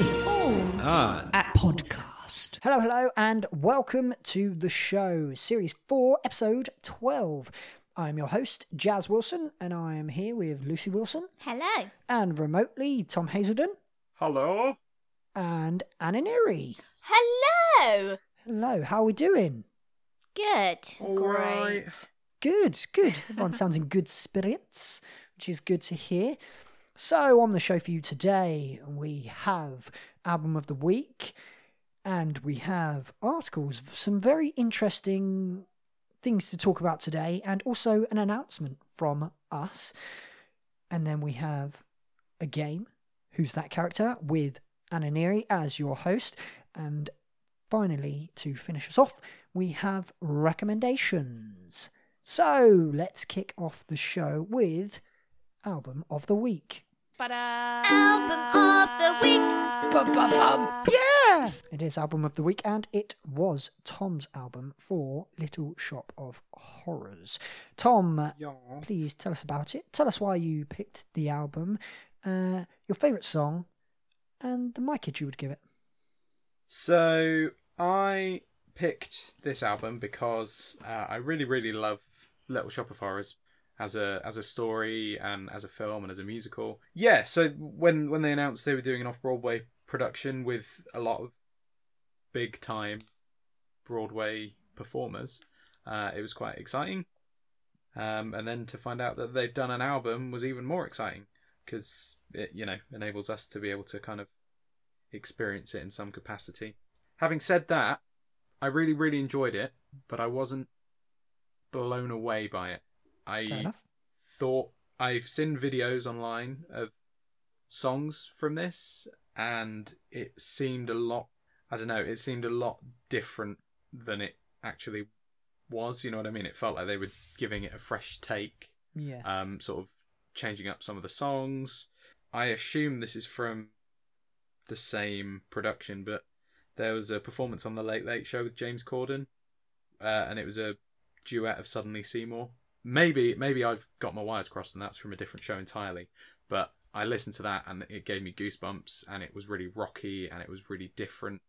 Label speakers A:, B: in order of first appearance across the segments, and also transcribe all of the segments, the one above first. A: Own
B: Ah,
A: at podcast.
C: Hello, hello, and welcome to the show, Series 4, Episode 12. I'm your host, Jazz Wilson, and I am here with Lucy Wilson
D: Hello.
C: and remotely Tom Hazelden
E: Hello?
C: and Anna Neary.
D: Hello.
C: Hello, how are we doing?
D: Good.
E: All right.
C: Good, good. Everyone sounds in good spirits, which is good to hear. So, on the show for you today, we have Album of the Week and we have articles, some very interesting things to talk about today, and also an announcement from us. And then we have a game, Who's That Character, with Anna Neary as your host. And finally, to finish us off, we have recommendations. So let's kick off the show with album of the week.
D: Album of the week.
C: Yeah, it is album of the week, and it was Tom's album for Little Shop of Horrors. Tom,
E: Yes.
C: please tell us about it. Tell us why you picked the album, uh, your favourite song, and the mileage you would give it.
E: So, I picked this album because uh, I really, really love Little Shop of Horrors as a as a story and as a film and as a musical. Yeah. So when when they announced they were doing an off Broadway production with a lot of big time Broadway performers, uh, it was quite exciting. Um, and then to find out that they'd done an album was even more exciting because it you know enables us to be able to kind of experience it in some capacity. Having said that, I really, really enjoyed it, but I wasn't blown away by it.
C: Fair
E: I
C: enough.
E: thought I've seen videos online of songs from this, and it seemed a lot. I don't know. It seemed a lot different than it actually was. You know what I mean? It felt like they were giving it a fresh take
C: Yeah.
E: um, sort of changing up some of the songs. I assume this is from the same production, but there was a performance on the Late Late Show with James Corden, uh, and it was a duet of Suddenly Seymour. Maybe, maybe I've got my wires crossed, and that's from a different show entirely. But I listened to that, and it gave me goosebumps, and it was really rocky, and it was really different,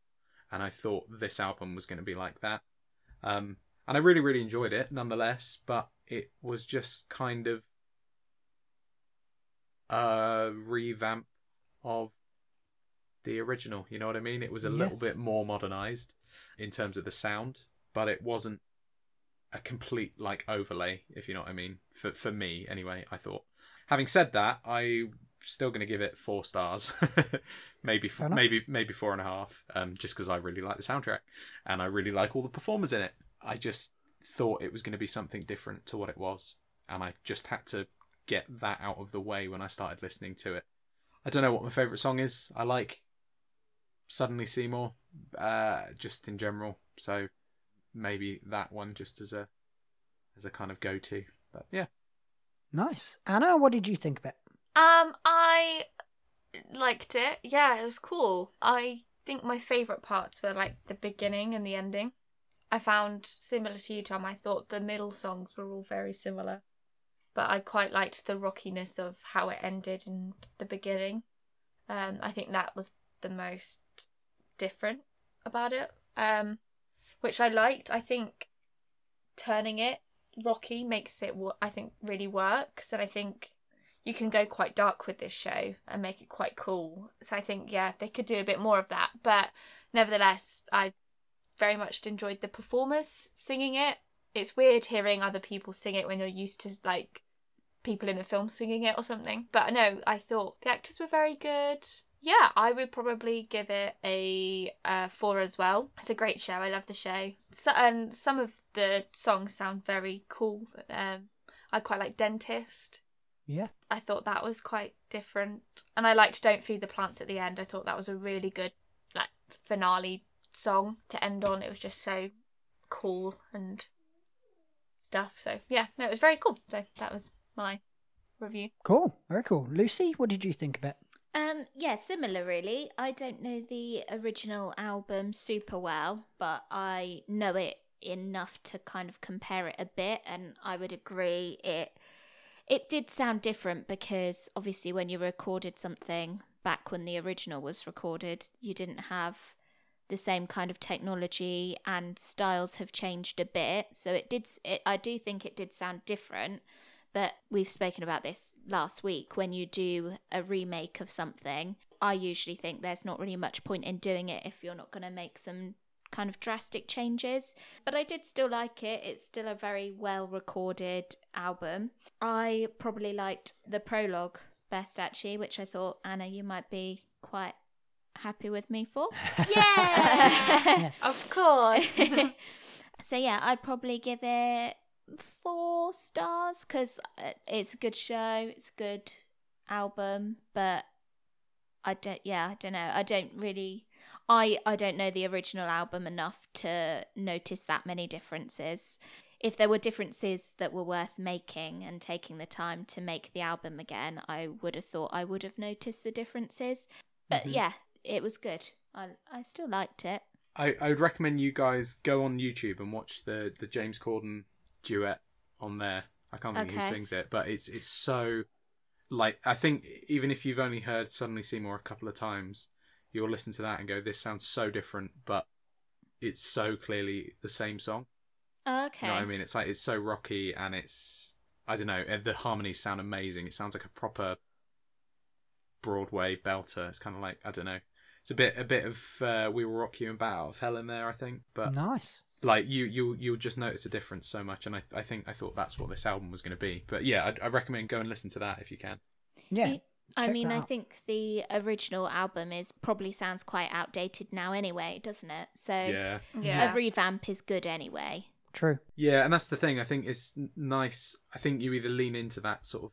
E: and I thought this album was going to be like that. Um, and I really, really enjoyed it nonetheless, but it was just kind of a revamp of the original. You know what I mean? It was a
C: Yeah.
E: little bit more modernized in terms of the sound, but it wasn't a complete like overlay, if you know what I mean. For for me, anyway, I thought. Having said that, I'm still going to give it four stars, maybe
C: Fair
E: four,
C: enough.
E: maybe maybe four and a half, um, just because I really like the soundtrack and I really like all the performers in it. I just thought it was going to be something different to what it was, and I just had to get that out of the way when I started listening to it. I don't know what my favorite song is. I like Suddenly Seymour, uh, just in general. So maybe that one just as a as a kind of go to. But yeah,
C: Nice. Anna, what did you think of it?
F: Um, I liked it. Yeah, it was cool. I think my favourite parts were like the beginning and the ending. I found similar to you, Tom. I thought the middle songs were all very similar, but I quite liked the rockiness of how it ended and the beginning. Um, I think that was the most different about it. Um, which I liked. I think turning it rocky makes it wo- I think really works, and I think you can go quite dark with this show and make it quite cool. So I think, yeah, they could do a bit more of that. But nevertheless, I very much enjoyed the performers singing it. It's weird hearing other people sing it when you're used to like people in a film singing it or something. But no, I thought the actors were very good. Yeah, I would probably give it a uh, four as well. It's a great show. I love the show. So, and some of the songs sound very cool. Um, I quite like Dentist.
C: Yeah.
F: I thought that was quite different. And I liked Don't Feed the Plants at the end. I thought that was a really good like finale song to end on. It was just so cool and stuff. So yeah, no, it was very cool. So that was my review.
C: Cool. Very cool. Lucy, what did you think of it?
D: Um, yeah, similar really. I don't know the original album super well, but I know it enough to kind of compare it a bit and I would agree it it did sound different because obviously when you recorded something back when the original was recorded. You didn't have the same kind of technology, and styles have changed a bit. So it did. s- It, I do think it did sound different. But we've spoken about this last week. When you do a remake of something, I usually think there's not really much point in doing it if you're not going to make some kind of drastic changes. But I did still like it. It's still a very well recorded album. I probably liked the prologue best actually, which I thought Anna you might be quite happy with me for.
F: Yeah. of course.
D: so yeah, I'd probably give it four stars because it's a good show, it's a good album, but I don't. Yeah, I don't know. I don't really. I I don't know the original album enough to notice that many differences. If there were differences that were worth making and taking the time to make the album again, I would have thought I would have noticed the differences. But
E: Mhm.
D: yeah, it was good. I I still liked it.
E: I, I would recommend you guys go on YouTube and watch the, the James Corden duet on there. I can't think who
D: Okay.
E: sings it, but it's it's so like I think even if you've only heard Suddenly Seymour a couple of times, you'll listen to that and go, This sounds so different, but it's so clearly the same song.
D: Okay.
E: You know what I mean? It's like it's so rocky and it's I don't know, eh, the harmonies sound amazing. It sounds like a proper Broadway belter. It's kind of like I don't know. It's a bit a bit of uh, we will rock you and bat out of hell in there, I think. But
C: nice.
E: like you you you'll just notice the difference so much, and I I think I thought that's what this album was going to be. But yeah, I, I recommend go and listen to that if you can.
C: Yeah.
D: Y- I
C: check
D: mean,
C: that
D: I
C: out.
D: think the original album is probably sounds quite outdated now, anyway, doesn't it? So
E: Yeah.
D: a
F: yeah.
D: revamp is good anyway.
C: True.
E: Yeah, and that's the thing. I think it's n- nice. I think you either lean into that sort of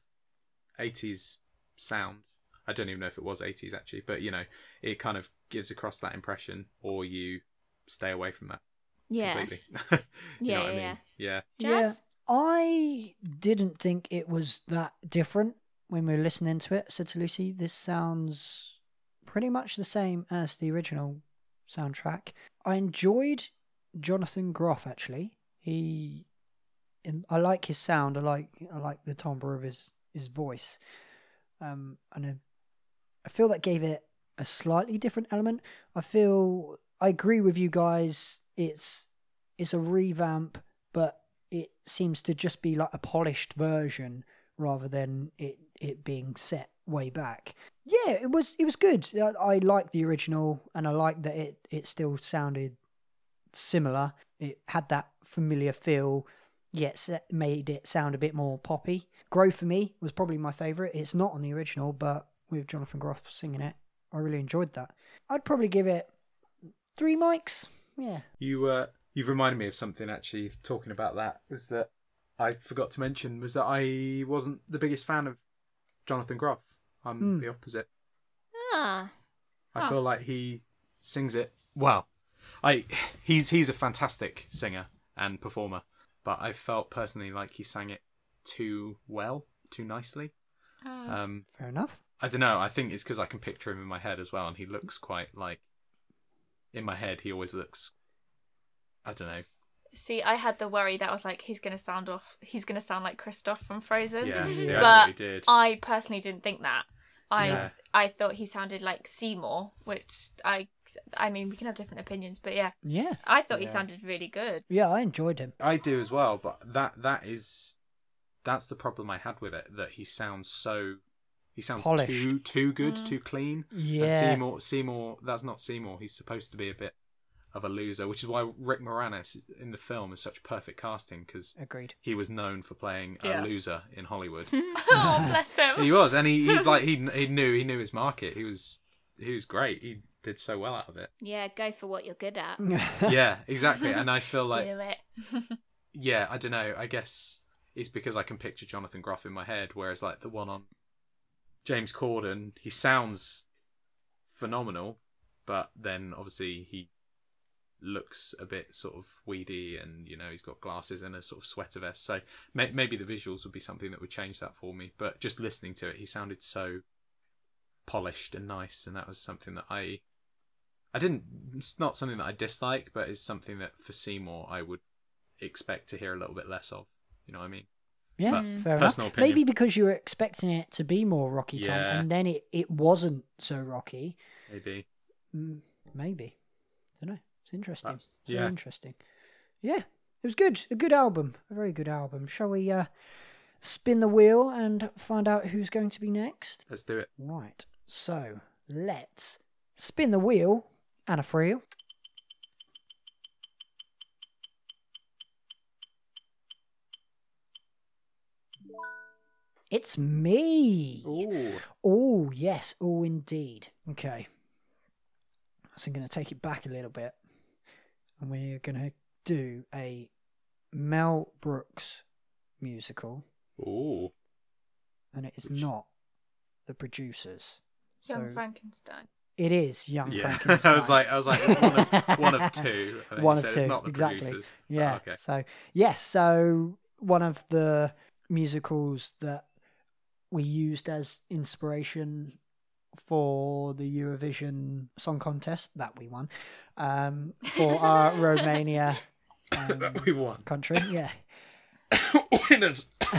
E: 80s sound. I don't even know if it was 80s actually, but you know, it kind of gives across that impression, or you stay away from that
D: Yeah,
E: completely. you
D: Yeah,
E: know what I
D: yeah,
E: mean? Yeah.
D: jazz.
C: I didn't think it was that different when we were listening to it. I said to Lucy, this sounds pretty much the same as the original soundtrack. I enjoyed Jonathan Groff actually. He in, I like his sound. I like I like the timbre of his his voice. Um and I, I feel that gave it a slightly different element. I feel I agree with you guys. It's it's a revamp, but it seems to just be like a polished version rather than it it being set way back. Yeah, it was it was good. I, I like the original, and I like that it it still sounded similar. It had that familiar feel, yet se- made it sound a bit more poppy. Grow for me was probably my favorite. It's not on the original, but with Jonathan Groff singing it, I really enjoyed that. I'd probably give it three mics. Yeah.
E: You uh, you've reminded me of something actually. Talking about that was that I forgot to mention was that I wasn't the biggest fan of Jonathan Groff. I'm
C: Hmm.
E: the opposite.
D: Ah,
E: I
F: Huh.
E: feel like he sings it well. I he's he's a fantastic singer and performer, but I felt personally like he sang it too well, too nicely.
F: Mm.
E: Um,
C: Fair enough.
E: I don't know. I think it's because I can picture him in my head as well, and he looks quite like in my head. He always looks. I don't know.
F: See, I had the worry that I was like, he's gonna sound off. He's gonna sound like Kristoff from Frozen.
E: Yeah, see, I
F: but
E: really did.
F: I personally didn't think that. I
E: Yeah.
F: I thought he sounded like Seymour, which I I mean we can have different opinions, but yeah,
C: Yeah.
F: I thought he
E: Yeah.
F: sounded really good.
C: Yeah, I enjoyed him.
E: I do as well, but that that is that's the problem I had with it. That he sounds so he sounds
C: Polished.
E: too too good,
F: Mm.
E: too clean. And
C: Yeah.
E: Seymour, Seymour, that's not Seymour. He's supposed to be a bit of a loser, which is why Rick Moranis in the film is such perfect casting because
C: Agreed.
E: he was known for playing
F: Yeah.
E: a loser in Hollywood.
F: oh bless
E: he
F: him.
E: was, and he, he like he he knew he knew his market. He was he was great. He did so well out of it.
D: yeah. Go for what you're good at.
E: Yeah, exactly. And I feel like
F: Do it.
E: yeah, I don't know. I guess it's because I can picture Jonathan Groff in my head, whereas like the one on James Corden, he sounds phenomenal, but then obviously he looks a bit sort of weedy, and you know he's got glasses and a sort of sweater vest. So may- maybe the visuals would be something that would change that for me. But just listening to it, he sounded so polished and nice, and that was something that I. I didn't. It's not something that I dislike, but it's something that for Seymour I would expect to hear a little bit less of. You know what I mean?
C: Yeah,
D: But
C: fair enough.
E: personal opinion.
C: Maybe because you were expecting it to be more Rocky Tom,
E: Yeah.
C: and then it, it wasn't so Rocky.
E: Maybe.
C: Mm, maybe. don't know. It's interesting.
E: That's-
C: It's very
E: yeah.
C: interesting. Yeah, it was good. A good album. A very good album. Shall we uh, spin the wheel and find out who's going to be next?
E: Let's do it.
C: Right. So let's spin the wheel, Anna Friel. It's me.
E: Ooh.
C: Oh, yes. Oh, indeed. Okay. So I'm going to take it back a little bit. And we're going to do a Mel Brooks musical.
E: Ooh.
C: And it is
E: Which-
C: not The Producers.
F: Young
C: So
F: Frankenstein.
C: it is Young
E: Yeah.
C: Frankenstein.
E: I was like, oh, I was like, it's one of, one of two. I think
C: One
E: you
C: of
E: said.
C: two,
E: It's not the
C: exactly.
E: producers. So,
C: Yeah.
E: okay.
C: So yes, so one of the musicals that we used as inspiration for the Eurovision Song Contest that we won um, for our Romania um,
E: we won.
C: country. Yeah.
E: Winners.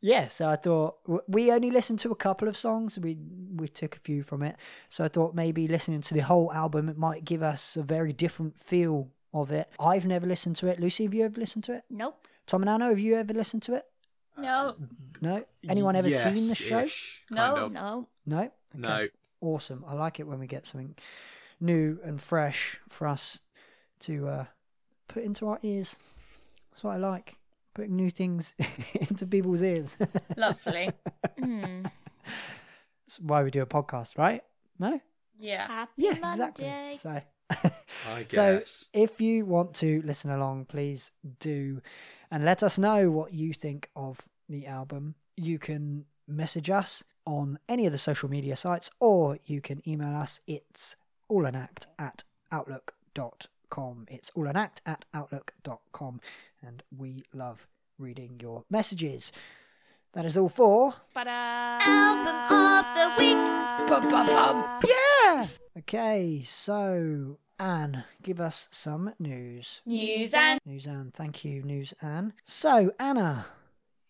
C: yeah, so I thought w- we only listened to a couple of songs. We we took a few from it, so I thought maybe listening to the whole album it might give us a very different feel of it. I've never listened to it. Lucy, have you ever listened to it?
D: Nope.
C: Tom and Anna, have you ever listened to it?
E: uh,
F: No.
C: No. Anyone ever seen the show?
E: Yes-ish,
F: No,
E: kind of.
D: No.
C: No. Okay.
E: No.
C: Awesome. I like it when we get something new and fresh for us to uh, put into our ears. That's what I like. Putting new things into people's ears.
F: Lovely.
D: Hmm.
C: That's why we do a podcast, right? No?
F: Yeah.
D: Happy
C: Yeah,
D: Monday.
C: exactly. So
E: I
C: So-
E: guess.
C: if you want to listen along, please do and let us know what you think of the album. You can message us on any of the social media sites or you can email us. It's all an act at outlook.com. It's all an act at outlook.com. And we love reading your messages. That is all for.
F: uh,
D: Album of the week.
C: Yeah! Okay, so Anne, give us some news.
D: News and
C: News Anne, thank you, News Anne. So, Anna,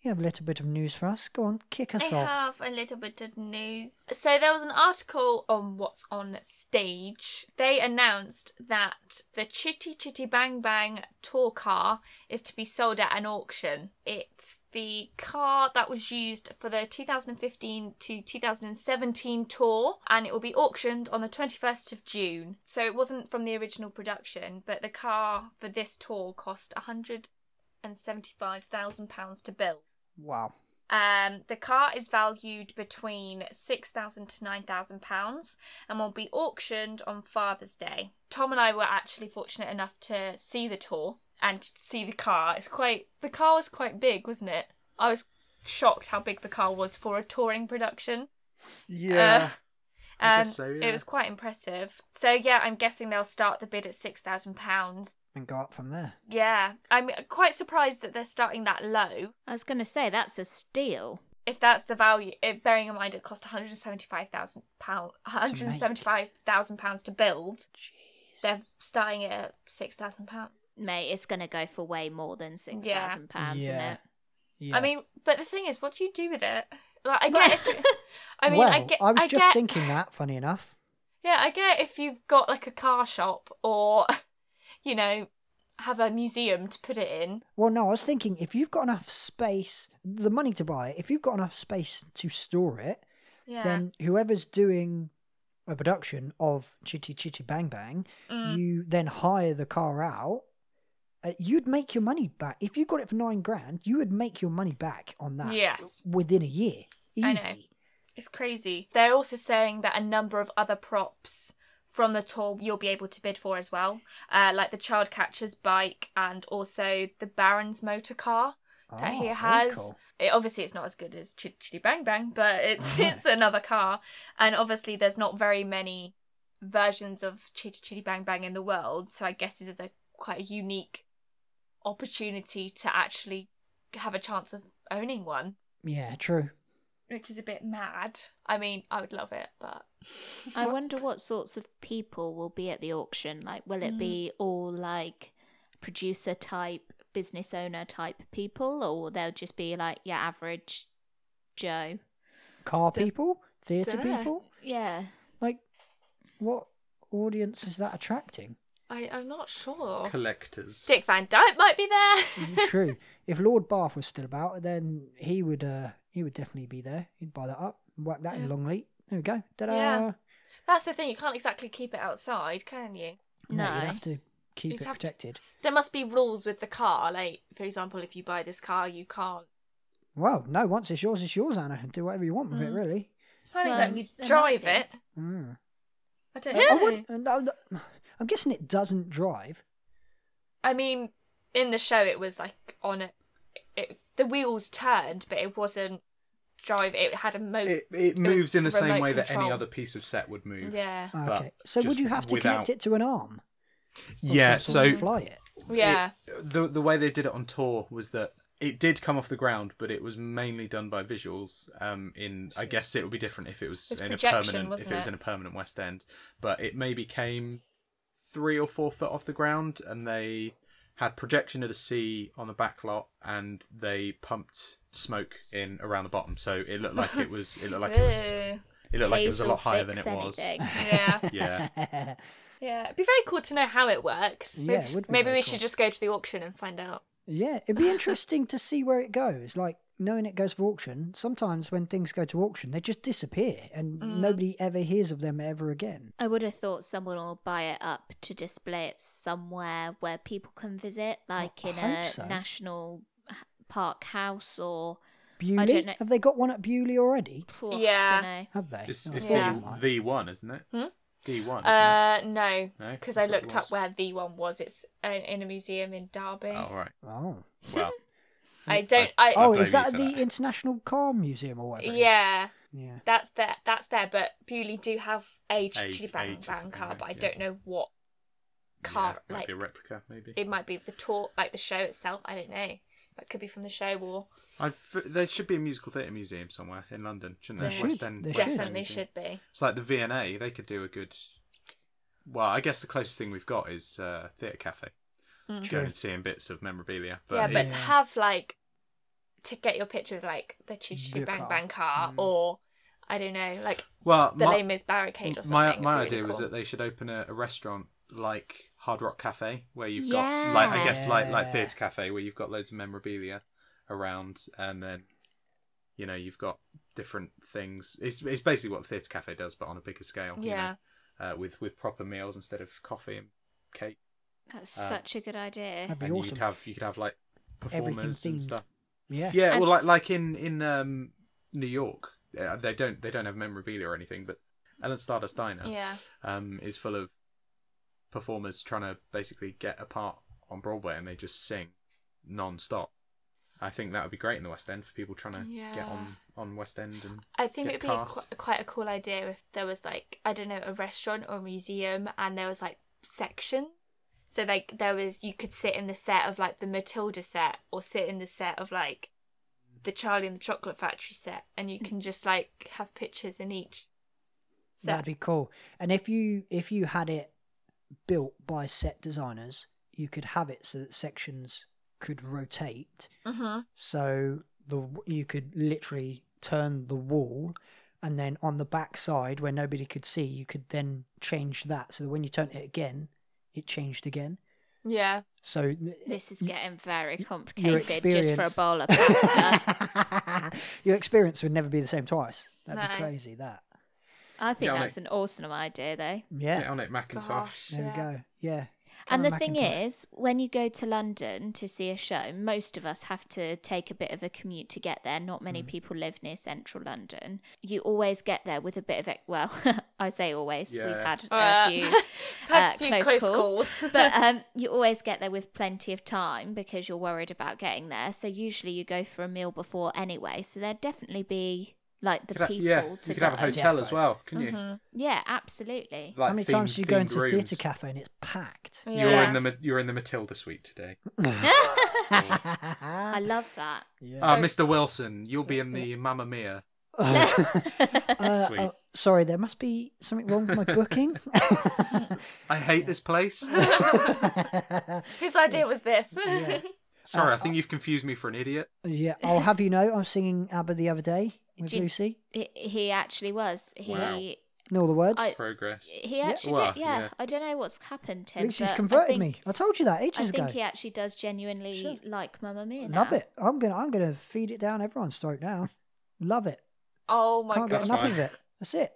C: you have a little bit of news for us. Go on, kick us
F: I
C: off.
F: have a little bit of news. So there was an article on what's on stage. They announced that the Chitty Chitty Bang Bang tour car is to be sold at an auction. It's the car that was used for the 2015 to 2017 tour and it will be auctioned on the 21st of June. So it wasn't from the original production, but the car for this tour cost 175,000 pounds to build.
C: Wow.
F: Um, the car is valued between six thousand to nine thousand pounds and will be auctioned on Father's Day. Tom and I were actually fortunate enough to see the tour and see the car. It's quite the car was quite big, wasn't it? I was shocked how big the car was for a touring production.
C: Uh,
F: Yeah.
E: I
F: Um,
E: guess so,
F: It
E: yeah.
F: was quite impressive. So yeah, I'm guessing they'll start the bid at six thousand pounds.
C: And go up from there.
F: Yeah, I'm quite surprised that they're starting that low.
D: I was going to say that's a steal.
F: if that's the value, it, bearing in mind it cost one hundred seventy-five thousand pound, one hundred seventy-five thousand pounds to build,
C: Jeez.
F: they're starting it at six thousand pounds.
D: Mate, it's going to go for way more than £6,000,
C: Yeah.
D: isn't it?
C: Yeah.
F: I mean, but the thing is, what do you do with it? Like, I get. If, I mean,
C: well,
F: I get.
C: I was just
F: get-
C: thinking that, funny enough.
F: Yeah, I get if you've got like a car shop or, you know, have a museum to put it in.
C: Well, no, I was thinking if you've got enough space, the money to buy it, if you've got enough space to store it,
F: Yeah.
C: then whoever's doing a production of Chitty Chitty Bang Bang,
F: Mm.
C: you then hire the car out. Uh, you'd make your money back if you got it for nine grand. You would make your money back on that.
F: Yes.
C: within a year, easy.
F: I know. It's crazy. They're also saying that a number of other props from the tour you'll be able to bid for as well, uh, like the child catcher's bike and also the Baron's motor car. That
C: Ah,
F: he
C: very
F: has-
C: cool.
F: It, obviously, it's not as good as Chitty Chitty Bang Bang, but it's
C: Right.
F: it's another car, and obviously there's not very many versions of Chitty Chitty Bang Bang in the world, so I guess it's a quite a unique opportunity to actually have a chance of owning one,
C: Yeah, true.
F: which is a bit mad. I mean, I would love it, but
D: I wonder what sorts of Mm. people will be at the auction. Like, will it be all like producer type business owner type people, or they'll just be like your average Joe.
C: Car
F: Th-
C: people, theatre
F: dunno.
C: people.
D: Yeah.
C: Like, what audience is that attracting?
F: I, I'm not sure.
E: Collectors.
F: Dick Van Dyke might be there.
C: True. If Lord Bath was still about, then he would uh he would definitely be there. He'd buy that up, whack that
F: Yeah.
C: in Longleat. There we go. Ta-da.
F: Yeah. That's the thing, you can't exactly keep it outside, can you?
C: No,
D: No.
C: you'd have to keep
F: You'd
C: it
F: have to-
C: protected.
F: There must be rules with the car. Like, for example, if you buy this car, you can't.
C: Well, no, once it's yours, it's yours, Anna. Do whatever you want with it,
F: Mm.
C: really.
F: Can't
D: Well,
F: exactly
D: there might
F: drive
D: be.
F: it.
C: Mm.
F: I don't
C: I
F: know.
C: wouldn't- no, no, I'm guessing it doesn't drive.
F: I mean, in the show, it was like on it. it the wheels turned, but it wasn't drive. It had a motor.
E: It, it
F: was
E: moves in the same
F: remote
E: way that any
F: control.
E: other piece of set would move.
F: Yeah.
E: But
C: Okay. So would
E: just
C: you have to
E: without-
C: connect it to an arm? of
E: Yeah,
C: some sort to
E: so
C: fly it.
F: Yeah.
E: it- the the way they did it on tour was that it did come off the ground, but it was mainly done by visuals. Um, in I guess it would be different if it was
F: It was
E: in a
F: projection,
E: permanent if
F: wasn't
E: it was
F: it?
E: in a permanent West End, but it maybe came three or four foot off the ground, and they had projection of the sea on the back lot, and they pumped smoke in around the bottom, so it looked like it was it looked like it was
F: Ugh.
E: it looked like it was a
D: Hazel
E: lot higher than
D: fix
E: it was.
D: anything.
F: yeah.
E: Yeah.
F: Yeah. It'd be very cool to know how it works.
C: Yeah,
F: Maybe,
C: it would be
F: maybe
C: very
F: we
C: cool.
F: should just go to the auction and find out.
C: yeah, it'd be interesting to see where it goes. Like knowing it goes for auction, sometimes when things go to auction, they just disappear and
F: Mm.
C: nobody ever hears of them ever again.
D: I would have thought someone will buy it up to display it somewhere where people can visit, like
C: I
D: in
C: hope
D: a
C: so.
D: national h- park house or.
C: Bewley?
D: don't know.
C: Have they got one at Bewley already?
D: Phew, I
F: Yeah.
D: dunno.
C: Have they?
E: It's,
C: Oh,
E: it's
F: Yeah.
E: the,
C: online.
E: the one, isn't it?
F: Hmm?
E: It's the one. Isn't it?
F: Uh, no.
E: No?
F: Because
E: I
F: I
E: thought it
F: looked up
E: was.
F: where the one was. It's uh, in a museum in Derby.
E: Oh, all right.
C: Oh.
E: Well,
F: I don't. I.
E: I
C: Oh,
E: blame
C: is
E: you
C: that at
E: for
C: the
E: that.
C: International Car Museum or whatever? it is?
F: yeah.
C: Yeah.
F: That's there. That's there. But Bewley do have a Chili Bang
E: aged or
F: Bang
E: something,
F: car,
E: right?
F: but I
E: Yeah.
F: don't know what car.
E: yeah, might
F: like
E: be a replica, maybe.
F: it might be the tour, like the show itself. I don't know. That could be from the show or
E: I f- there should be a musical theatre museum somewhere in London, shouldn't there?
C: There
E: West
C: should.
E: End,
C: There
E: West End
F: definitely
E: Museum.
F: should be.
E: It's like the V&A. They could do a good. Well, I guess the closest thing we've got is uh, theatre cafe.
F: Mm.
E: Going
C: True.
E: and seeing bits of memorabilia, but,
F: yeah, but
E: it-
F: to have like to get your picture with like the Chili
C: The
F: Bang
C: car.
F: Bang car
C: Mm.
F: or I don't know, like
E: well,
F: the
E: my,
F: Les Mis barricade or something.
E: my
F: would be
E: my
F: really
E: idea was
F: cool.
E: that they should open a, a restaurant like Hard Rock Cafe, where you've
D: Yeah.
E: got like I guess like like
C: Yeah.
E: theatre cafe, where you've got loads of memorabilia around, and then you know you've got different things. It's it's basically what theatre cafe does, but on a bigger scale. you know,
F: Yeah.
E: uh, with with proper meals instead of coffee and cake,
D: That's
E: Uh,
D: such a good idea.
C: That'd be
E: and
C: awesome.
E: you'd have you could have like
C: Everything
E: performers and
C: themed.
E: stuff.
C: Yeah.
E: Yeah,
D: And-
E: well, like like in in um, New York, uh, they don't they don't have memorabilia or anything, but Ellen Stardust Diner
F: Yeah.
E: um, is full of performers trying to basically get a part on Broadway, and they just sing non-stop. I think that would be great in the West End for people trying to get
F: Yeah.
E: on on West End and
F: I think
E: get
F: it would be a,
E: cast.
F: qu- quite a cool idea if there was like I don't know a restaurant or a museum and there was like section. So like there was you could sit in the set of like the Matilda set or sit in the set of like the Charlie and the Chocolate Factory set and you can just like have pictures in each. set.
C: That'd be cool. And if you if you had it built by set designers, you could have it so that sections could rotate.
F: Mhm.
C: So the you could literally turn the wall, and then on the back side where nobody could see, you could then change that so that when you turned it again, it changed again.
F: Yeah.
C: So
D: This is getting very
C: Mm. your
D: complicated just for a
C: experience
D: bowl of pasta.
C: your experience would never be the same twice. That'd
F: No.
C: be crazy. That
D: I think
E: Yeah,
D: that's an awesome idea, though.
C: yeah.
E: get on it, Macintosh.
F: Gosh,
C: There
F: yeah.
C: we go. Yeah.
D: and the
C: Cameron
D: thing
C: Macintosh.
D: is, when you go to London to see a show, most of us have to take a bit of a commute to get there. Not
C: Mm.
D: many people live near central London. You always get there with a bit of it. Well, I say always. We've
E: Yeah.
D: had
F: Uh,
D: a few
F: Had
D: uh,
F: a few
D: close calls.
F: calls.
D: but um, you always get there with plenty of time because you're worried about getting there. So usually you go for a meal before anyway. So there'd definitely be like the
E: You could ha-
D: people
E: yeah,
D: to
E: you could
D: go.
E: have a hotel as
C: Defo.
E: well, can you?
F: Mhm.
D: Yeah, absolutely.
E: Like
C: Mm-hmm. How many
E: themed-
C: times do you go
E: themed
C: into a
E: rooms.
C: theatre cafe and it's packed?
F: Yeah.
E: You're in the Ma- you're in the Matilda suite today.
D: I
C: Um,
D: love that.
E: Ah, Mr. Wilson, you'll be in the Mamma Mia.
C: Uh,
E: Sweet.
C: oh, sorry, there must be something wrong with my booking.
E: I hate this place.
F: Whose idea was this?
C: Yeah.
E: Sorry,
C: Uh,
E: I think you've confused me for an idiot.
C: Yeah, I'll have you know, I was singing ABBA the other day with
D: Do you-
C: Lucy.
D: He- He actually was. He
E: Wow.
C: Know all the words.
D: I-
E: Progress.
D: he actually
E: Well,
D: did. Yeah.
E: yeah.
D: I don't know what's happened to him.
C: Lucy's
D: but I
C: converted
D: think-
C: me. I told you that
D: I
C: ages
D: think
C: ago.
D: he actually does genuinely
C: Sure.
D: like Mamma Mia.
C: Love
D: now.
C: it. I'm gonna I'm gonna feed it down everyone's throat now. Love it.
F: Oh my
C: Can't
F: god.
C: get
E: That's
C: enough
E: fine.
C: of it. That's it.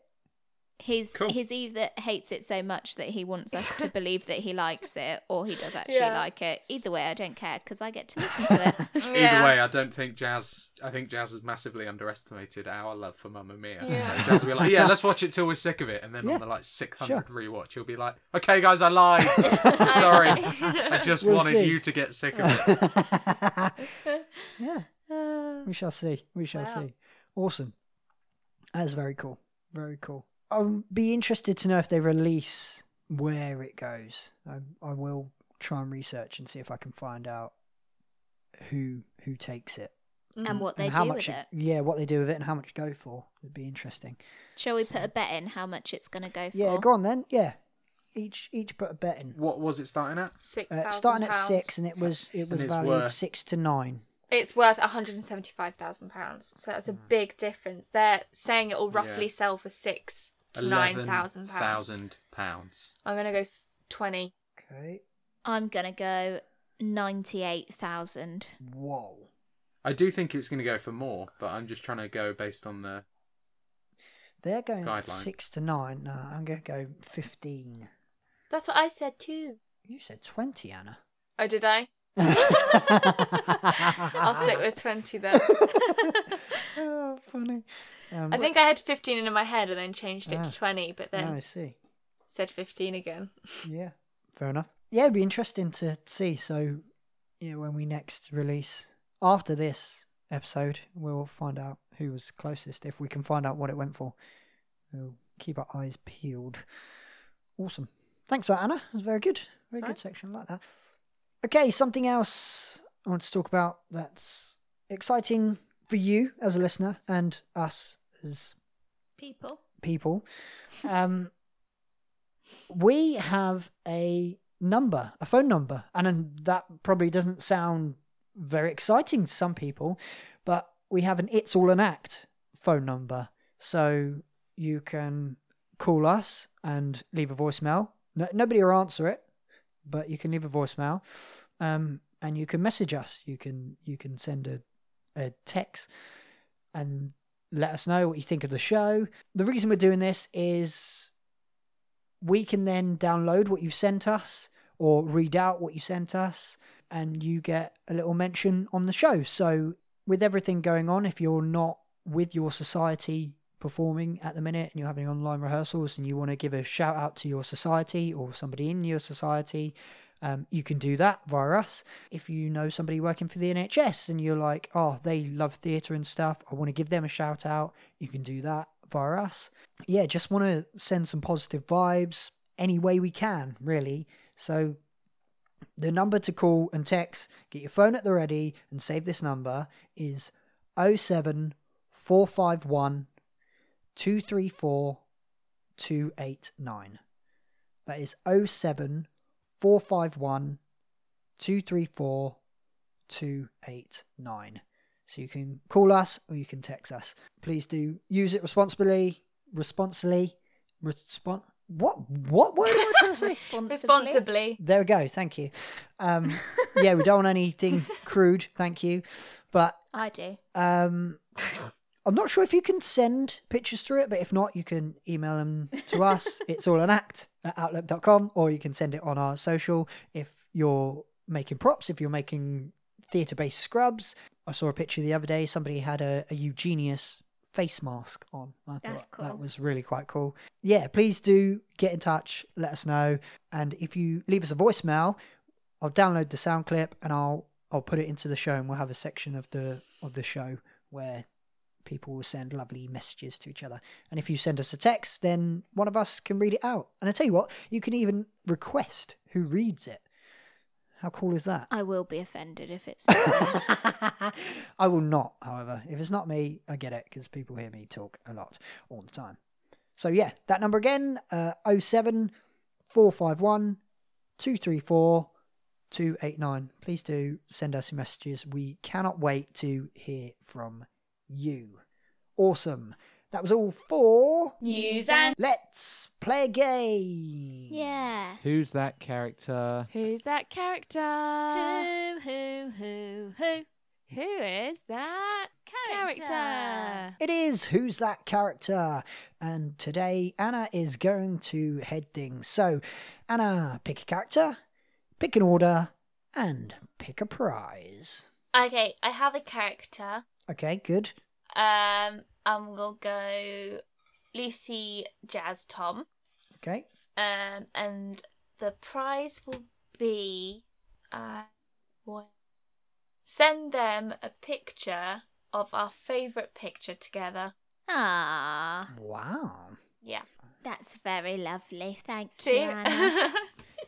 D: He's
E: Cool.
D: he's either hates it so much that he wants us to believe that he likes it, or he does actually
F: Yeah.
D: like it. Either way, I don't care because I get to listen to it.
E: Either way, I don't think Jazz. I think Jazz has massively underestimated our love for Mamma Mia.
F: Yeah.
E: So Jazz will be like, "Yeah, let's watch it till we're sick of it," and then
C: Yeah.
E: on the like six hundred rewatch, you'll be like, "Okay, guys, I lied. I'm sorry. I just
C: We'll
E: wanted
C: see.
E: you to get sick of it."
C: yeah, we shall see. We shall
D: Wow.
C: see. Awesome. That's very cool. Very cool. I'll be interested to know if they release where it goes. I, I will try and research and see if I can find out who who takes it
F: Mm-hmm.
D: and what they
C: and
D: do
C: how
D: with
C: much
D: it.
C: Yeah, what they do with it and how much go for. It'd be interesting.
D: Shall we put a bet in how much it's going to go for?
C: Yeah, go on then. Yeah, each each put a bet in.
E: What was it starting at?
F: Six
C: Uh,
F: thousand
C: starting at
F: pounds.
C: six, and it was it was
E: it's
C: valued
E: worth-
C: six to nine.
F: It's worth one hundred and seventy-five thousand pounds. So that's a big difference. They're saying it will roughly
E: Yeah.
F: sell for six to nine thousand pounds.
E: thousand pounds.
F: I'm gonna go twenty.
C: Okay.
D: I'm going to go ninety-eight thousand.
C: Whoa.
E: I do think it's going to go for more, but I'm just trying to go based on the.
C: They're going
E: Guideline.
C: six to nine. No, I'm going to go 15.
F: That's what I said too.
C: You said 20, Anna.
F: Oh, did I? I'll
C: I'll
F: stick with twenty then.
C: oh, funny. Um,
F: I think I had fifteen in my head and then changed it
C: Ah.
F: to twenty, but then
C: I see.
F: said fifteen again.
C: Yeah, fair enough. Yeah, it'd be interesting to see. So, yeah, when we next release after this episode, we'll find out who was closest. If we can find out what it went for, we'll keep our eyes peeled. Awesome. Thanks, for that, Anna. It was very good. Very
F: Sorry.
C: good section I like that. Okay, something else I want to talk about that's exciting for you as a listener and us as
D: People,
C: people. Um, we have a number, a phone number, and um, that probably doesn't sound very exciting to some people, but we have an It's All an Act phone number. So you can call us and leave a voicemail. No, nobody will answer it, but you can leave a voicemail. Um, and you can message us. You can you can send a, a text and let us know what you think of the show. The reason we're doing this is we can then download what you've sent us or read out what you sent us, and you get a little mention on the show. So, with everything going on, if you're not with your society performing at the minute and you're having online rehearsals and you want to give a shout out to your society or somebody in your society, um, you can do that via us if you know somebody working for the NHS and you're like, oh, they love theatre and stuff, I want to give them a shout out, you can do that via us. Yeah, just want to send some positive vibes any way we can, really. So the number to call and text, get your phone at the ready and save this number is 07451 234 289. That is 07451 Two three four, two eight nine. So you can call us or you can text us. Please do use it responsibly. Responsibly. Respon- what? What word am I trying to say?
D: responsibly.
F: Responsibly.
C: There we go. Thank you. Um, yeah, we don't want anything crude. Thank you. But
D: I do.
C: um, I'm not sure if you can send pictures through it, but if not, you can email them to us. it's all an act at outlook.com, or you can send it on our social if you're making props, if you're making theatre based scrubs. I saw a picture the other day, somebody had a, a Eugenius face mask on. I thought
D: That's cool.
C: that was really quite cool. Yeah, please do get in touch, let us know. And if you leave us a voicemail, I'll download the sound clip and I'll I'll put it into the show and we'll have a section of the of the show where people will send lovely messages to each other. And if you send us a text, then one of us can read it out. And I tell you what, you can even request who reads it. How cool is that?
D: I will be offended if it's. not me.
C: I will not, however. If it's not me, I get it because people hear me talk a lot all the time. So, yeah, that number oh again uh, 07 451 234 289. Please do send us your messages. We cannot wait to hear from you. Awesome. That was all for
D: News and
C: Let's Play a Game.
D: yeah.
A: Who's that character?
B: Who's that character?
D: Who who who who?
B: Who is that
D: Character.
B: character?
C: It is Who's That Character? And today Anna is going to head things. So, Anna, pick a character, pick an order, and pick a prize.
F: Okay, I have a character.
C: Okay, good.
F: Um, I'm gonna go Lucy Jazz Tom.
C: Okay.
F: Um, and the prize will be, uh, what? Send them a picture of our favorite picture together.
D: Ah,
C: Wow.
F: Yeah.
D: that's very lovely. Thank you,
F: See?
D: Anna.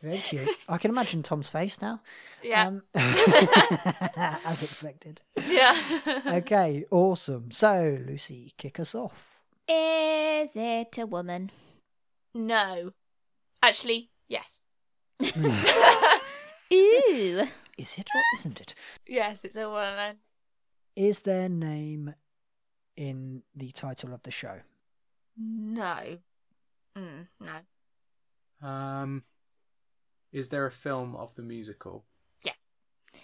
C: Very cute. I can imagine Tom's face now.
F: yeah.
C: Um, as expected.
F: yeah.
C: Okay, awesome. So, Lucy, kick us off.
D: Is it a woman?
F: no. Actually, yes.
D: Ooh.
C: Is it or isn't it?
F: yes, it's a woman.
C: Is their name in the title of the show?
F: No. Mm, no.
E: Um, is there a film of the musical?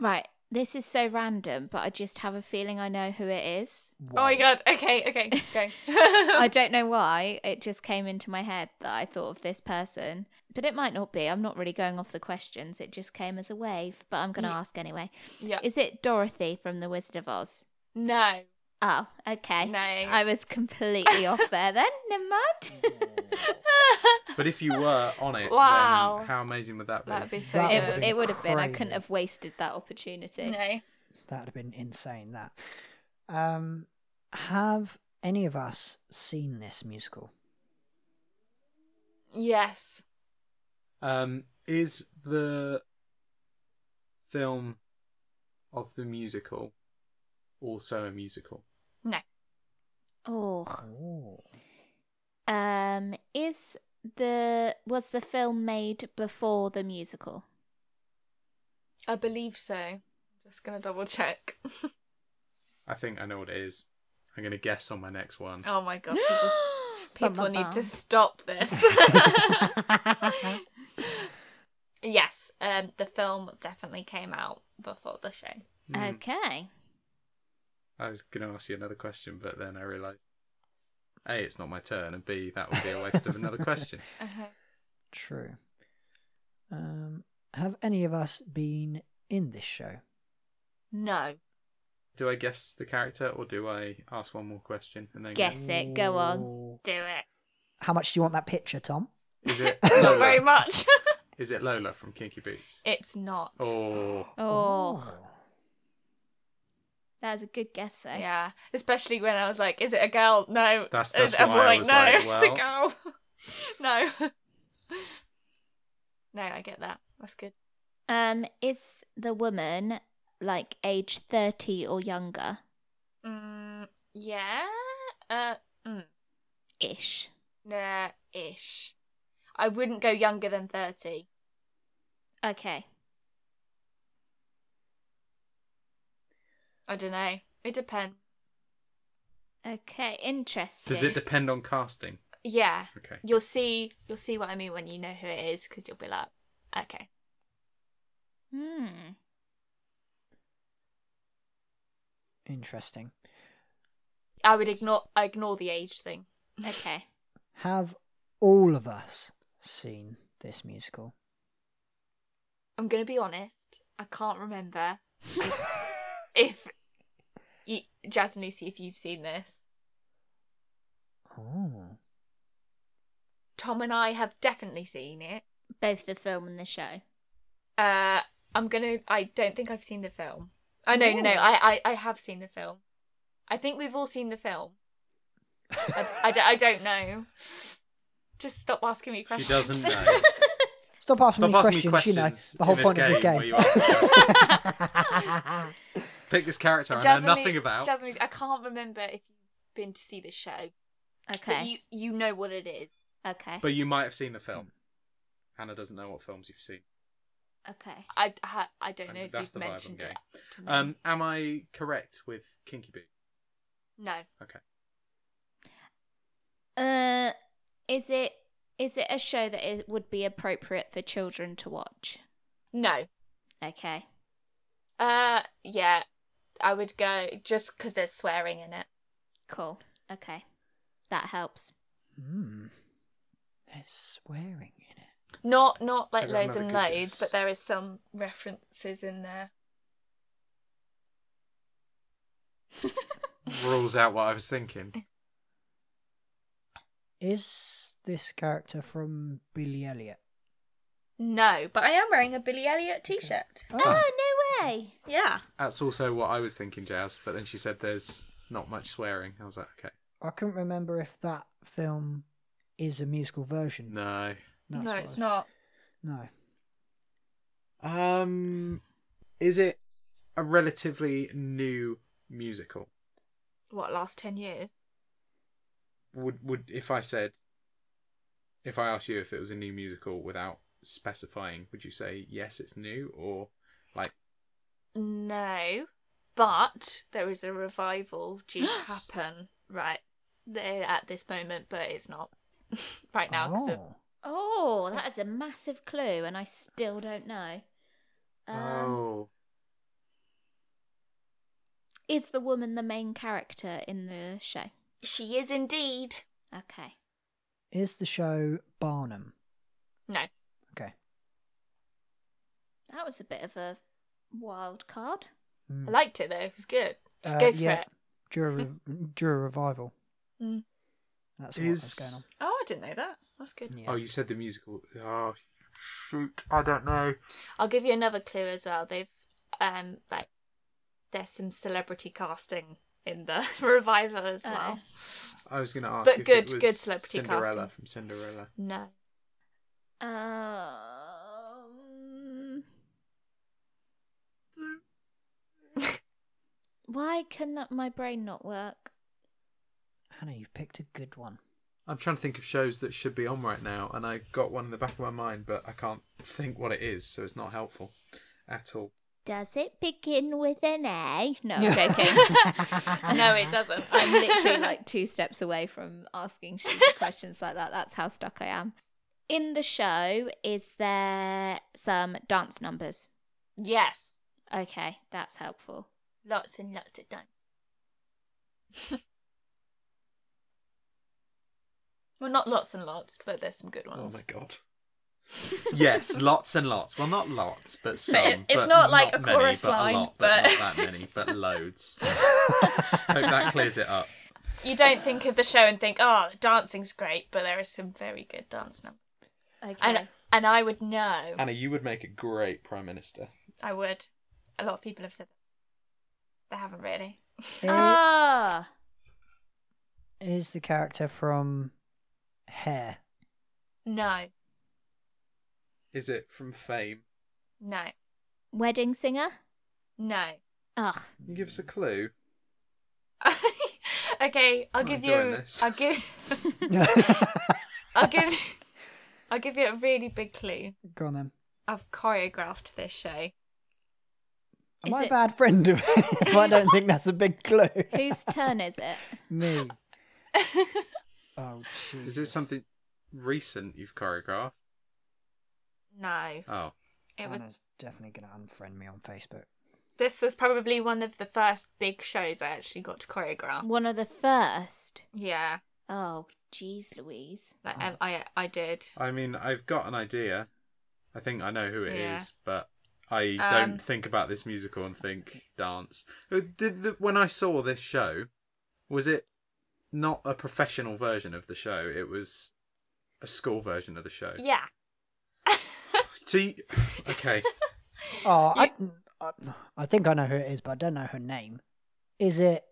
D: Right. This is so random, but I just have a feeling I know who it is.
F: Oh my
C: Wow.
F: god. Okay, okay, go.
D: I don't know why. It just came into my head that I thought of this person. But it might not be. I'm not really going off the questions. It just came as a wave, but I'm going to
F: Ye-
D: ask anyway.
F: yeah.
D: Is it Dorothy from The Wizard of Oz?
F: No.
D: Oh, okay.
F: No.
D: I was completely off there then. Never mind.
E: But if you were on it,
F: Wow.
E: then how amazing would that be?
F: That'd be so
C: That
F: good.
C: would've
D: it,
C: been
D: it would have been. I
C: crazy.
D: couldn't have wasted that opportunity.
F: no.
C: That would have been insane. That. Um, have any of us seen this musical?
F: Yes.
E: Um, is the film of the musical also a musical?
D: Oh.
C: Oh,
D: Um, is the was the film made before the musical?
F: I believe so. Just gonna double check.
E: I think I know what it is. I'm gonna guess on my next one.
F: Oh my god, people, people
D: Bum, bum,
F: need to
D: bum.
F: stop this. yes, um, the film definitely came out before the show.
E: Hmm.
D: Okay.
E: I was gonna ask you another question, but then I realised a it's not my turn, and b that would be a waste of another question.
C: true. Um, have any of us been in this show?
F: No.
E: Do I guess the character, or do I ask one more question and then go,
D: Guess it. Go on.
C: Ooh.
F: Do it.
C: How much do you want that picture, Tom?
E: Is it
F: Not very
E: Lola?
F: much.
E: Is it Lola from Kinky Boots?
F: it's not.
E: Oh,
D: Oh, that was a good guess though.
F: Yeah. Especially when I was like, is it a girl? No.
E: That's- that's
F: Is it a
E: why I
F: boy?
E: was
F: no,
E: like,
F: it's a girl. no. no, I get that. That's good.
D: Um, is the woman like age thirty or younger
F: Mm, yeah. Uh, mm,
D: ish?
F: nah, ish. I wouldn't go younger than 30.
D: Okay.
F: I don't know. It depends.
D: Okay. Interesting.
E: does it depend on casting?
F: Yeah.
E: Okay.
F: You'll see you'll see what I mean when you know who it is cuz you'll be like, okay.
D: Hmm.
C: Interesting.
F: I would ignore I ignore the age thing.
D: Okay.
C: Have all of us seen this musical?
F: I'm going to be honest. I can't remember if, if you, Jazz and Lucy if you've seen this.
C: Oh.
F: Tom and I have definitely seen it.
D: Both the film and the show.
F: Uh, I'm gonna. I don't think I've seen the film. Oh no, no, no.
D: Ooh.
F: I, I, I have seen the film. I think we've all seen the film. I, d- I d- I don't know. Just stop asking me
E: She
F: questions.
E: doesn't know.
C: Stop asking
E: Stop
C: me
E: asking me
C: questions,
E: questions.
C: you know. The whole
E: in
C: point
E: this
C: of this
E: game. where
C: game.
E: you ask- Pick this character I
F: Jasmine-
E: know nothing about.
F: Jasmine, e-, I can't remember if you've been to see the show, but
D: Okay.
F: you you know what it is.
D: Okay.
E: But you might have seen the film. Hannah doesn't know what films you've seen.
D: Okay.
F: I, I, I don't
E: And
F: know if
E: that's the
F: you've
E: vibe I'm
F: mentioned it. To me.
E: Um, am I correct with Kinky Boo?
F: no.
D: Uh, is it is it a show that it would be appropriate for children to watch?
F: No.
D: Okay.
F: Uh, yeah. I would go just because there's swearing in it.
D: Cool. Okay. That helps.
C: Hmm. There's swearing in it.
F: Not not like
E: Okay,
F: loads
E: another
F: and
E: good
F: loads,
E: guess.
F: but there is some references in there.
E: Rules out what I was thinking.
C: Is this character from Billy Elliot?
F: No, but I am wearing a Billy Elliot T-shirt.
E: That's,
D: Oh no way!
F: Yeah.
E: that's also what I was thinking, Jazz. But then she said there's not much swearing. I was like, okay,
C: I couldn't remember if that film is a musical version.
E: no.
C: That's
F: no,
C: why-
F: it's not.
C: No.
E: Um, is it a relatively new musical?
F: What last ten years?
E: Would would if I said, if I asked you if it was a new musical without specifying, would you say yes, it's new, or like
F: No, but there is a revival due to happen right there at this moment, but it's not right now because of
C: Oh.
D: Oh, that is a massive clue, and I still don't know. Um,
E: oh
D: Is the woman the main character in the show?
F: she is indeed.
D: Okay.
C: Is the show Barnum?
F: No,
C: Okay.
D: That was a bit of a wild card.
C: Hmm.
F: I liked it though. It was good. Just
C: Uh,
F: go for
C: yeah,
F: it.
C: During Dura Revival.
F: Mm.
C: That's
E: Is-
C: what was going
F: Oh, I didn't know that. That's good.
C: on. Yeah.
E: oh, you said the musical. Oh shoot, I don't know.
F: I'll give you another clue as well. They've um like there's some celebrity casting in the revival as well.
E: I was gonna ask.
F: But
E: if
F: good-
E: it was
F: good celebrity
E: Cinderella
F: casting.
E: from Cinderella.
F: No.
D: Um, why can that, my brain not work?
C: Hannah, you've picked a good one.
E: I'm trying to think of shows that should be on right now, and I got one in the back of my mind, but I can't think what it is, so it's not helpful at all.
D: Does it begin with an A? No, I'm joking.
F: No, it doesn't.
D: I'm literally like two steps away from asking stupid questions like that. That's how stuck I am. In the show, is there some dance numbers?
F: Yes.
D: Okay, that's helpful.
F: Lots and lots of done. well, not lots and lots, but there's some good
E: Oh
F: ones.
E: my god. yes, lots and lots. Well, not lots, but some.
F: it's
E: but
F: not like a
E: many,
F: chorus
E: but
F: line,
E: a lot, but,
F: but-
E: not that many, but loads. Hope that clears it up.
F: you don't think of the show and think, oh, the dancing's great, but there are some very good dance numbers.
D: Okay.
F: And and I would know.
E: Anna, you would make a great prime minister.
F: I would. A lot of people have said that. They haven't really.
C: It
F: Uh,
D: Ah,
C: is the character from Hair.
F: No,
E: Is it from Fame?
F: no,
D: wedding singer.
F: no.
D: Ugh.
E: Can you give us a clue?
F: okay, I'll
E: I'm
F: give
E: enjoying
F: you.
E: this.
F: I'll give. I'll give. I'll give you a really big clue.
C: Go on then.
F: I've choreographed this show.
C: Am
D: Is
C: I a
D: it-
C: bad friend of if I don't think that's a big clue?
D: Whose turn is it?
C: Me. Oh, jeez.
E: Is it something recent you've choreographed?
F: No,
E: Oh,
F: it was.
C: Hannah's definitely going to unfriend me on Facebook.
F: This was probably one of the first big shows I actually got to choreograph.
D: One of the first.
F: Yeah,
D: Oh, jeez, Louise.
F: like um, I, I did.
E: I mean, I've got an idea. I think I know who it is,
F: Yeah.
E: but I
F: Um,
E: don't think about this musical and think dance. Uh, Did the, when I saw this show, was it not a professional version of the show? It was a school version of the show.
F: Yeah,
E: So, you, okay,
C: Oh, I, I, I think I know who it is, but I don't know her name. Is it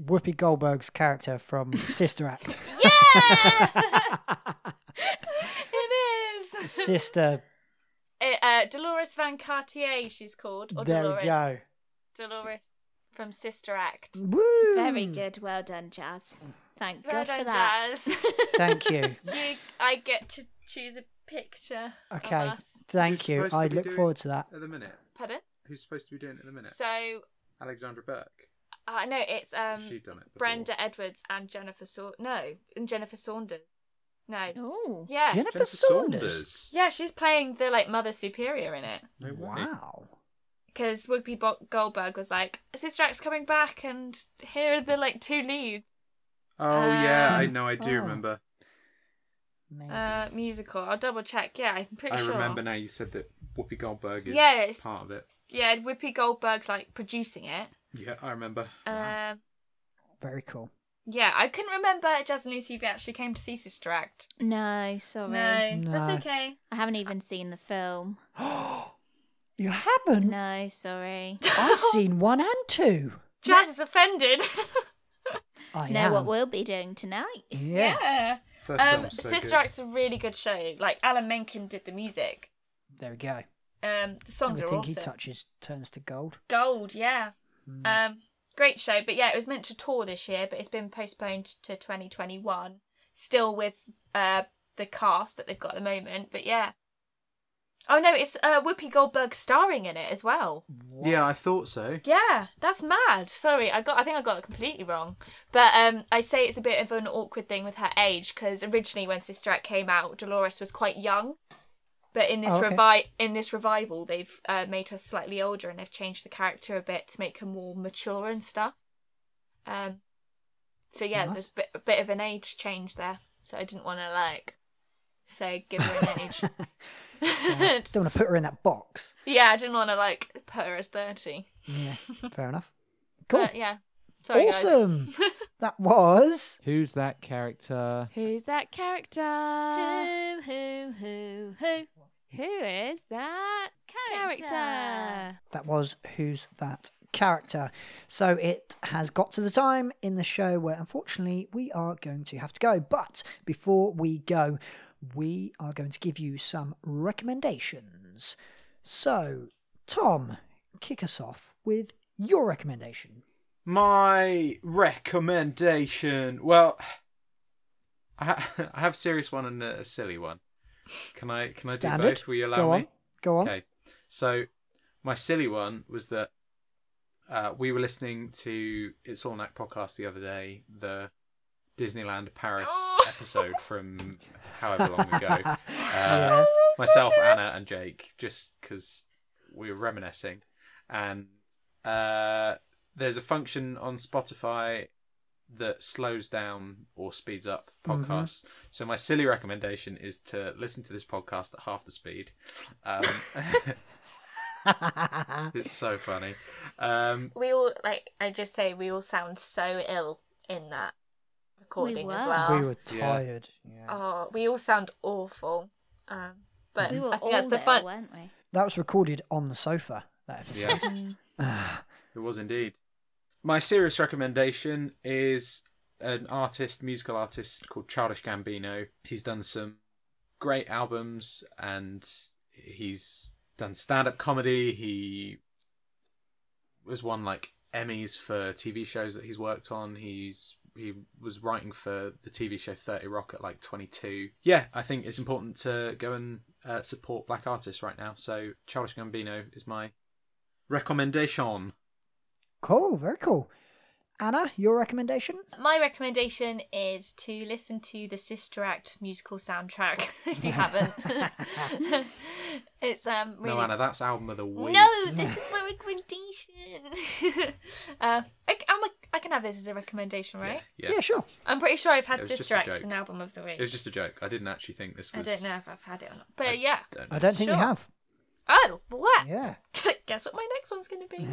C: Whoopi Goldberg's character from Sister Act?
F: it is.
C: Sister,
F: Uh, uh, Dolores Van Cartier, she's called, or
C: there
F: Dolores.
C: we go.
F: Dolores from Sister Act.
C: Woo!
D: Very good. Well done, Jazz. Thank
F: Well
D: God for
F: done,
D: that.
F: Jazz.
C: Thank you.
F: you, I get to choose a picture.
C: Okay.
F: Of us.
C: Thank you.
E: Supposed to
C: I
E: be
C: look
E: doing-
C: forward to that.
E: At the minute,
F: Pardon?
E: who's supposed to be doing it at the minute?
F: So,
E: Alexandra Burke.
F: uh, no, it's um
E: Has she done it? Before?
F: Brenda Edwards and Jennifer Saunders. No, and Jennifer Saunders. No.
D: Oh,
F: Yes.
C: Jennifer-
E: Jennifer
C: Saunders.
E: Saunders.
F: Yeah, she's playing the like mother superior in it
E: No way.
C: Wow.
F: because Whoopi Bo- Goldberg was like, "Sister Act's coming back, and here are the like two leads
E: Oh yeah, I
C: Um,
E: know. I do
C: oh.
E: remember.
C: Maybe.
F: uh musical." I'll double check. Yeah, I'm pretty
E: I
F: sure.
E: remember now. You said that Whoopi Goldberg is
F: Yeah, it's-
E: part of it.
F: Yeah, Whoopi Goldberg's like producing it.
E: Yeah, I remember.
F: Um,
C: Very cool.
F: yeah, I couldn't remember Jazz and Lucy if they actually came to see Sister Act.
D: no, sorry.
C: No.
F: that's okay.
D: I haven't even seen the film.
C: you haven't?
D: No, sorry.
C: I've seen one and two.
F: Jazz is offended.
C: I
D: know
C: am.
D: what we'll be doing tonight.
C: Yeah.
E: First
F: Um,
E: film's so
F: Sister
E: good.
F: Act's a really good show. Like Alan Menken did the music.
C: There we go.
F: Um, the songs are
C: Everything he
F: awesome.
C: touches turns to gold.
F: Gold, yeah.
C: Mm.
F: Um, great show, but yeah, it was meant to tour this year, but it's been postponed to 2021. Still with uh the cast that they've got at the moment, but yeah. Oh no, it's uh Whoopi Goldberg starring in it as well.
E: Yeah, I thought so.
F: Yeah, that's mad. Sorry, I got I think I got it completely wrong. But um I say it's a bit of an awkward thing with her age because originally when Sister Act came out, Dolores was quite young. But in this
C: Oh, okay.
F: revi- in this revival, they've uh, made her slightly older and they've changed the character a bit to make her more mature and stuff. Um so yeah,
C: Nice.
F: there's a bit, a bit of an age change there. So I didn't want to like say give her an age.
C: Don't want to put her in that box.
F: yeah, I didn't want to like put her as 30.
C: Yeah. Fair enough. Cool.
F: But Uh, yeah. Sorry guys.
C: awesome. that was
A: Who's that character?
B: Who's that character?
D: Who, who, who, who?
B: Who is that
D: Character.
B: character?
C: that was who's that character. So it has got to the time in the show where unfortunately we are going to have to go. But before we go, we are going to give you some recommendations. So, Tom, kick us off with your recommendation.
E: My recommendation. Well, I, ha- I have a serious one and a, a silly one. Can I can I do
C: Standard.
E: both? Will you allow
C: go
E: me?
C: on. Go on.
E: Okay. So my silly one was that uh, we were listening to It's All Knack podcast the other day, the Disneyland Paris
F: Oh.
E: episode from however long ago. Uh,
C: yes.
E: myself, Anna, and Jake, just because we were reminiscing. And uh, there's a function on Spotify that slows down or speeds up podcasts. So my silly recommendation is to listen to this podcast at half the speed. Um, it's so funny. Um,
F: we all like I just say we all sound so ill in that recording as
D: were.
F: well.
C: we were
E: Yeah.
C: tired. Yeah.
F: Oh, we all sound awful. Um, but
D: We were all
F: I think that's the
D: ill,
F: fun.
D: weren't we?
C: That was recorded on the sofa. That
E: yeah.
C: episode.
D: Mm.
E: It was indeed. My serious recommendation is an artist, musical artist called Childish Gambino. He's done some great albums and he's done stand up comedy. He was won like Emmys for TV shows that he's worked on. He's he was writing for the TV show 30 Rock at like 22. Yeah, I think it's important to go and uh, support black artists right now. So Childish Gambino is my recommendation.
C: cool. Very cool. Anna, your recommendation?
F: My recommendation is to listen to the Sister Act musical soundtrack if you haven't. it's um really
E: No, Anna, that's album of the week.
F: No, this is my recommendation. uh, I, I'm a, I can have this as a recommendation, right?
E: Yeah,
C: Yeah, sure.
F: I'm pretty sure I've
E: It
F: had
E: was just
F: Sister
E: a
F: Act as
E: joke.
F: an album of the week.
E: it was just a joke. I didn't actually think this
F: I
E: was.
F: don't know if I've had it or not, but
E: I
F: yeah.
E: don't know.
C: I don't think we
F: Sure.
C: have.
F: Oh, what?
C: Yeah.
F: Guess what my next one's going to be?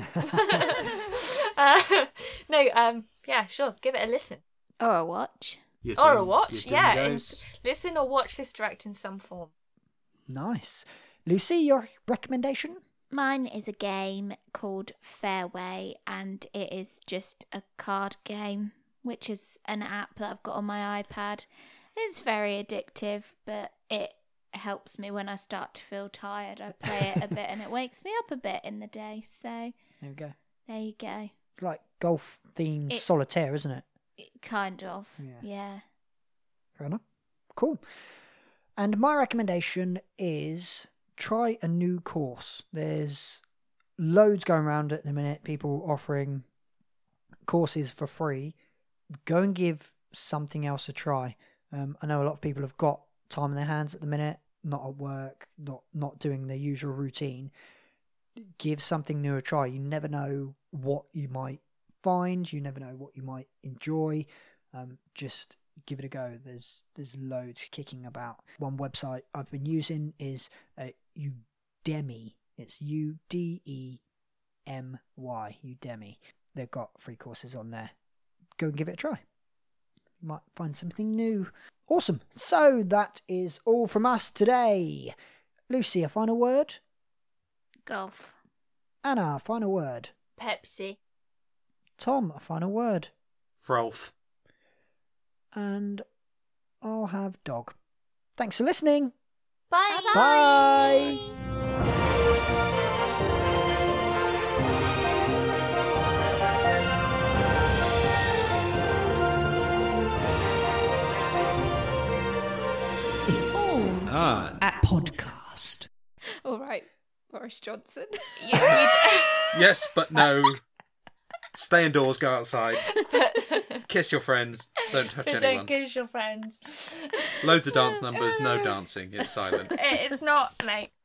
F: uh, no, um, yeah, sure. Give it a listen.
D: Or a watch.
E: You're
F: or a
E: doing-
F: watch.
E: you're
F: Yeah,
E: doing
F: in,
E: those.
F: listen or watch Sister Act in some form.
C: Nice. Lucy, your recommendation?
D: Mine is a game called Fairway, and it is just a card game, which is an app that I've got on my iPad. It's very addictive, but it helps me when I start to feel tired. I play it a bit and it wakes me up a bit in the day. So
C: There we go.
D: there you go.
C: Like golf themed
D: It-
C: solitaire, isn't it?
D: It- kind of.
C: Yeah.
D: Yeah.
C: Fair enough. Cool. And my recommendation is try a new course. There's loads going around at the minute, people offering courses for free. Go and give something else a try. Um, I know a lot of people have got time in their hands at the minute, not at work, not not doing their usual routine. Give something new a try. You never know what you might find. You never know what you might enjoy. Um, just give it a go. There's there's loads kicking about. One website I've been using is uh, Udemy. It's U D E M Y Udemy. They've got free courses on there. Go and give it a try. You might find something new. Awesome. So that is all from us today. Lucy, a final word.
D: Golf.
C: Anna, a final word.
D: Pepsi.
C: Tom, a final word.
E: Rolf.
C: And I'll have dog. Thanks for listening.
D: Bye.
C: Bye.
G: on at podcast.
B: All right, Boris Johnson.
F: You, you
E: Yes, but no. Stay indoors, go outside,
F: d- but,
E: kiss your friends, don't touch
F: but
E: anyone.
F: don't kiss your friends.
E: Loads of dance numbers, no dancing, it's silent.
F: It- it's not like